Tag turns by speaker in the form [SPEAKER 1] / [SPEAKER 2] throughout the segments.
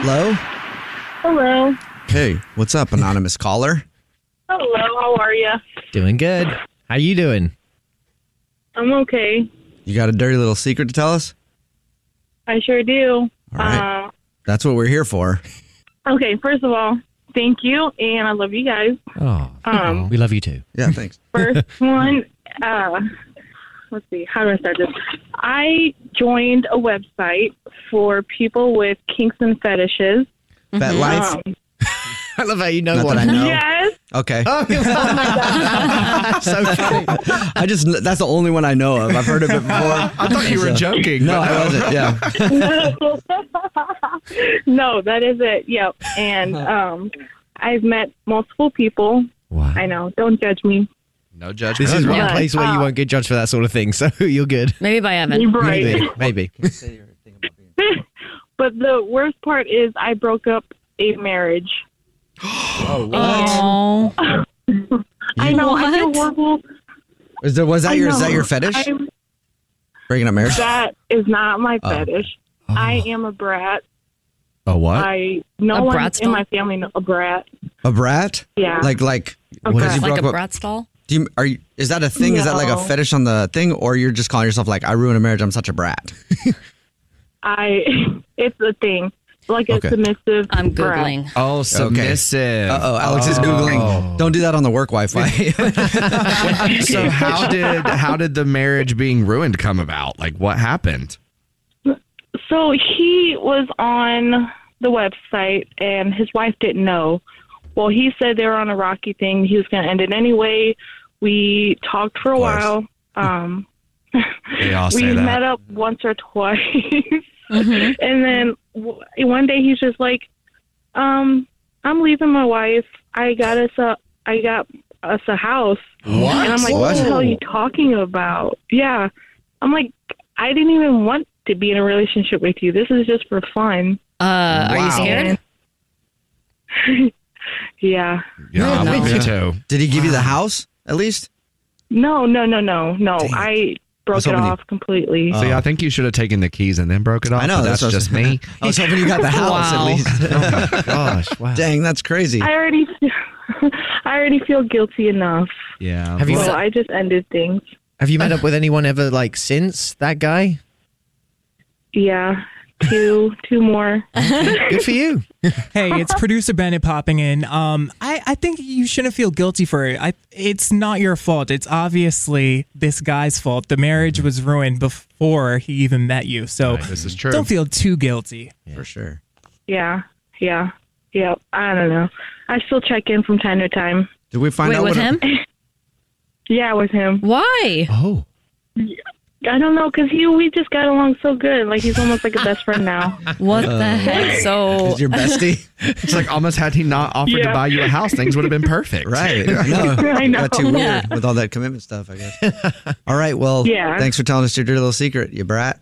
[SPEAKER 1] Hello?
[SPEAKER 2] Hello.
[SPEAKER 1] Hey, what's up, anonymous caller?
[SPEAKER 2] Hello. How are you?
[SPEAKER 3] Doing good. How you doing?
[SPEAKER 2] I'm okay.
[SPEAKER 1] You got a dirty little secret to tell us?
[SPEAKER 2] I sure do.
[SPEAKER 1] All right. That's what we're here for.
[SPEAKER 2] Uh, okay. First of all, thank you, and I love you guys.
[SPEAKER 3] Oh,
[SPEAKER 2] Um,
[SPEAKER 3] we love you too.
[SPEAKER 1] Yeah, thanks.
[SPEAKER 2] First one. Uh, let's see. How do I start this? I joined a website for people with kinks and fetishes.
[SPEAKER 1] Fat life.
[SPEAKER 2] Um,
[SPEAKER 3] I love how you know
[SPEAKER 1] Not
[SPEAKER 3] what I
[SPEAKER 1] that I
[SPEAKER 3] know.
[SPEAKER 1] know.
[SPEAKER 2] Yes.
[SPEAKER 1] Okay.
[SPEAKER 3] Oh, so funny.
[SPEAKER 1] I just that's the only one I know of. I've heard of it before. I
[SPEAKER 4] thought you were joking.
[SPEAKER 1] No, I wasn't. Yeah.
[SPEAKER 2] no, that is it. Yep. And um, I've met multiple people.
[SPEAKER 3] Wow.
[SPEAKER 2] I know. Don't judge me.
[SPEAKER 4] No judgment.
[SPEAKER 3] This is one
[SPEAKER 2] Right.
[SPEAKER 3] place where you
[SPEAKER 2] Uh,
[SPEAKER 3] won't get judged for that sort of thing, so you're good.
[SPEAKER 5] Maybe by Evan.
[SPEAKER 2] You're right.
[SPEAKER 3] Maybe, maybe.
[SPEAKER 2] But the worst part is I broke up a marriage. Um,
[SPEAKER 5] Oh,
[SPEAKER 2] I know. I feel
[SPEAKER 5] What?
[SPEAKER 2] horrible.
[SPEAKER 1] Is there, was that
[SPEAKER 2] I
[SPEAKER 1] your is
[SPEAKER 2] know.
[SPEAKER 1] that your fetish?
[SPEAKER 2] I'm-
[SPEAKER 1] Breaking up marriage?
[SPEAKER 2] that is not my
[SPEAKER 1] Oh.
[SPEAKER 2] fetish. I am a brat.
[SPEAKER 1] A what?
[SPEAKER 2] I no
[SPEAKER 5] A
[SPEAKER 2] one
[SPEAKER 5] brat's
[SPEAKER 2] in
[SPEAKER 5] dog?
[SPEAKER 2] my family knows a brat.
[SPEAKER 1] A brat?
[SPEAKER 2] Yeah.
[SPEAKER 1] Like like
[SPEAKER 2] A
[SPEAKER 1] what
[SPEAKER 2] brat.
[SPEAKER 1] is you
[SPEAKER 5] like
[SPEAKER 1] broke
[SPEAKER 5] a
[SPEAKER 1] up?
[SPEAKER 5] brat stall?
[SPEAKER 1] Do you, are you, is that a thing? Is that like a
[SPEAKER 2] No.
[SPEAKER 1] fetish on the thing, or you're just calling yourself like I ruined a marriage? I'm such a brat.
[SPEAKER 2] I. It's a thing. Like a
[SPEAKER 1] Okay.
[SPEAKER 2] submissive.
[SPEAKER 5] I'm
[SPEAKER 2] brat.
[SPEAKER 5] googling.
[SPEAKER 4] Oh, submissive.
[SPEAKER 1] Uh oh, Alex is googling. Don't do that on the work Wi-Fi.
[SPEAKER 4] So how did how did the marriage being ruined come about? Like what happened?
[SPEAKER 2] So he was on the website, and his wife didn't know. Well, he said they were on a rocky thing. He was going to end it anyway. We talked for a
[SPEAKER 4] Of course.
[SPEAKER 2] while.
[SPEAKER 1] Hmm.
[SPEAKER 2] Um,
[SPEAKER 4] They all
[SPEAKER 2] we
[SPEAKER 4] say that.
[SPEAKER 2] met up once or twice, and then w- one day he's just like, um, "I'm leaving my wife. I got us a, I got us a house."
[SPEAKER 4] What?
[SPEAKER 2] And I'm like, what the hell are you talking about? Yeah. I'm like, I didn't even want to be in a relationship with you. This is just for fun.
[SPEAKER 5] Uh, Are you
[SPEAKER 4] Wow.
[SPEAKER 5] scared?
[SPEAKER 2] Yeah.
[SPEAKER 4] Yeah, I would be too.
[SPEAKER 1] Did he give you the house at least?
[SPEAKER 2] No, no, no, no, no.
[SPEAKER 1] Dang.
[SPEAKER 2] I broke
[SPEAKER 1] was
[SPEAKER 2] it
[SPEAKER 1] hoping you- Oh.
[SPEAKER 2] off completely.
[SPEAKER 4] So yeah, I think you should have taken the keys and then broke it off.
[SPEAKER 1] I know,
[SPEAKER 4] but
[SPEAKER 1] that's
[SPEAKER 4] that's,
[SPEAKER 1] what I was-
[SPEAKER 4] just me.
[SPEAKER 1] I was hoping you got the house
[SPEAKER 5] Wow.
[SPEAKER 1] at least.
[SPEAKER 4] oh my gosh! Wow.
[SPEAKER 1] Dang, that's crazy.
[SPEAKER 2] I already, I already feel guilty enough.
[SPEAKER 4] Yeah.
[SPEAKER 3] Have you
[SPEAKER 2] So I just ended things.
[SPEAKER 3] have you met up with anyone ever like since that guy?
[SPEAKER 2] Yeah. Two, two more.
[SPEAKER 3] Good for you.
[SPEAKER 6] Hey, it's producer Bennett popping in. Um, I, I think you shouldn't feel guilty for it. I, it's not your fault. It's obviously this guy's fault. The marriage was ruined before he even met you. So
[SPEAKER 4] This is true.
[SPEAKER 6] don't feel too guilty.
[SPEAKER 1] For sure.
[SPEAKER 2] Yeah. Yeah. Yeah. I don't know. I still check in from time to time.
[SPEAKER 1] Did we find
[SPEAKER 5] Wait,
[SPEAKER 1] out
[SPEAKER 5] with
[SPEAKER 1] what it-
[SPEAKER 5] him?
[SPEAKER 2] Yeah, with him.
[SPEAKER 5] Why?
[SPEAKER 4] oh.
[SPEAKER 2] I don't know, cause he we just got along so good. Like he's almost like a best friend now.
[SPEAKER 5] What the heck? So
[SPEAKER 4] He's your bestie. it's like almost had he not offered
[SPEAKER 2] Yeah.
[SPEAKER 4] to buy you a house, things would have been perfect.
[SPEAKER 1] Right. No,
[SPEAKER 2] I know.
[SPEAKER 1] Got too weird
[SPEAKER 2] Yeah.
[SPEAKER 1] with all that commitment stuff, I guess. all right. Well,
[SPEAKER 2] Yeah.
[SPEAKER 1] thanks for telling us your dirty little secret, you brat.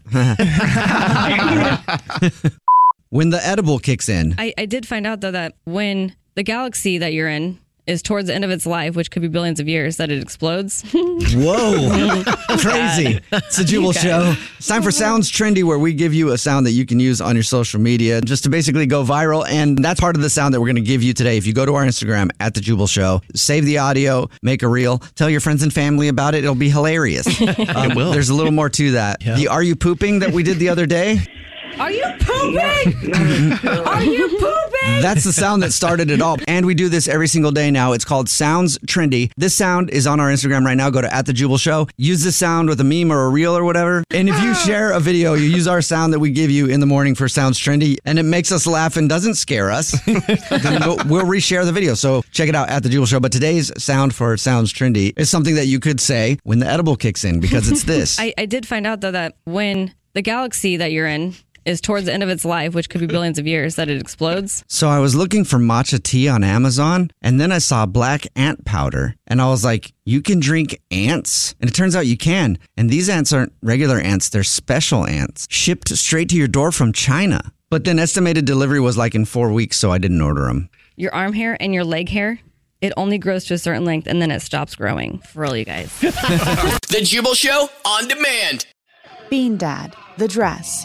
[SPEAKER 1] when the edible kicks in.
[SPEAKER 5] I, I did find out though that when the galaxy that you're in is towards the end of its life, which could be billions of years, that it explodes.
[SPEAKER 1] Whoa. Crazy. It's the Jubal
[SPEAKER 5] Okay.
[SPEAKER 1] Show. It's time for Sounds Trendy, where we give you a sound that you can use on your social media just to basically go viral. And that's part of the sound that we're going to give you today. If you go to our Instagram at The Jubal Show, save the audio, make a reel, tell your friends and family about it. It'll be hilarious. Um,
[SPEAKER 4] will.
[SPEAKER 1] There's a little more to that. The Are You Pooping that we did the other day,
[SPEAKER 5] Are you pooping? Are you pooping?
[SPEAKER 1] That's the sound that started it all. And we do this every single day now. It's called Sounds Trendy. This sound is on our Instagram right now. Go to at the Jubal Show. Use this sound with a meme or a reel or whatever. And if you share a video, you use our sound that we give you in the morning for Sounds Trendy, and it makes us laugh and doesn't scare us. then we'll, we'll reshare the video. So check it out at the Jubal Show. But today's sound for Sounds Trendy is something that you could say when the edible kicks in because it's this.
[SPEAKER 5] I, I did find out though that when the galaxy that you're in is towards the end of its life, which could be billions of years, that it explodes.
[SPEAKER 1] So I was looking for matcha tea on Amazon and then I saw black ant powder and I was like, you can drink ants? And it turns out you can. And these ants aren't regular ants, they're special ants shipped straight to your door from China. But then estimated delivery was like in four weeks, so I didn't order them.
[SPEAKER 5] Your arm hair and your leg hair, it only grows to a certain length and then it stops growing. For real, you guys.
[SPEAKER 7] The Jubal Show on demand.
[SPEAKER 8] Bean Dad, The Dress,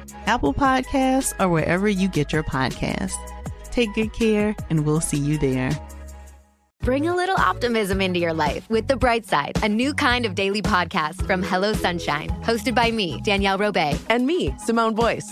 [SPEAKER 9] Apple Podcasts, or wherever you get your podcasts. Take good care, and we'll see you there.
[SPEAKER 10] Bring a little optimism into your life with The Bright Side, a new kind of daily podcast from Hello Sunshine, hosted by me, Danielle Robay.
[SPEAKER 11] And me, Simone Boyce.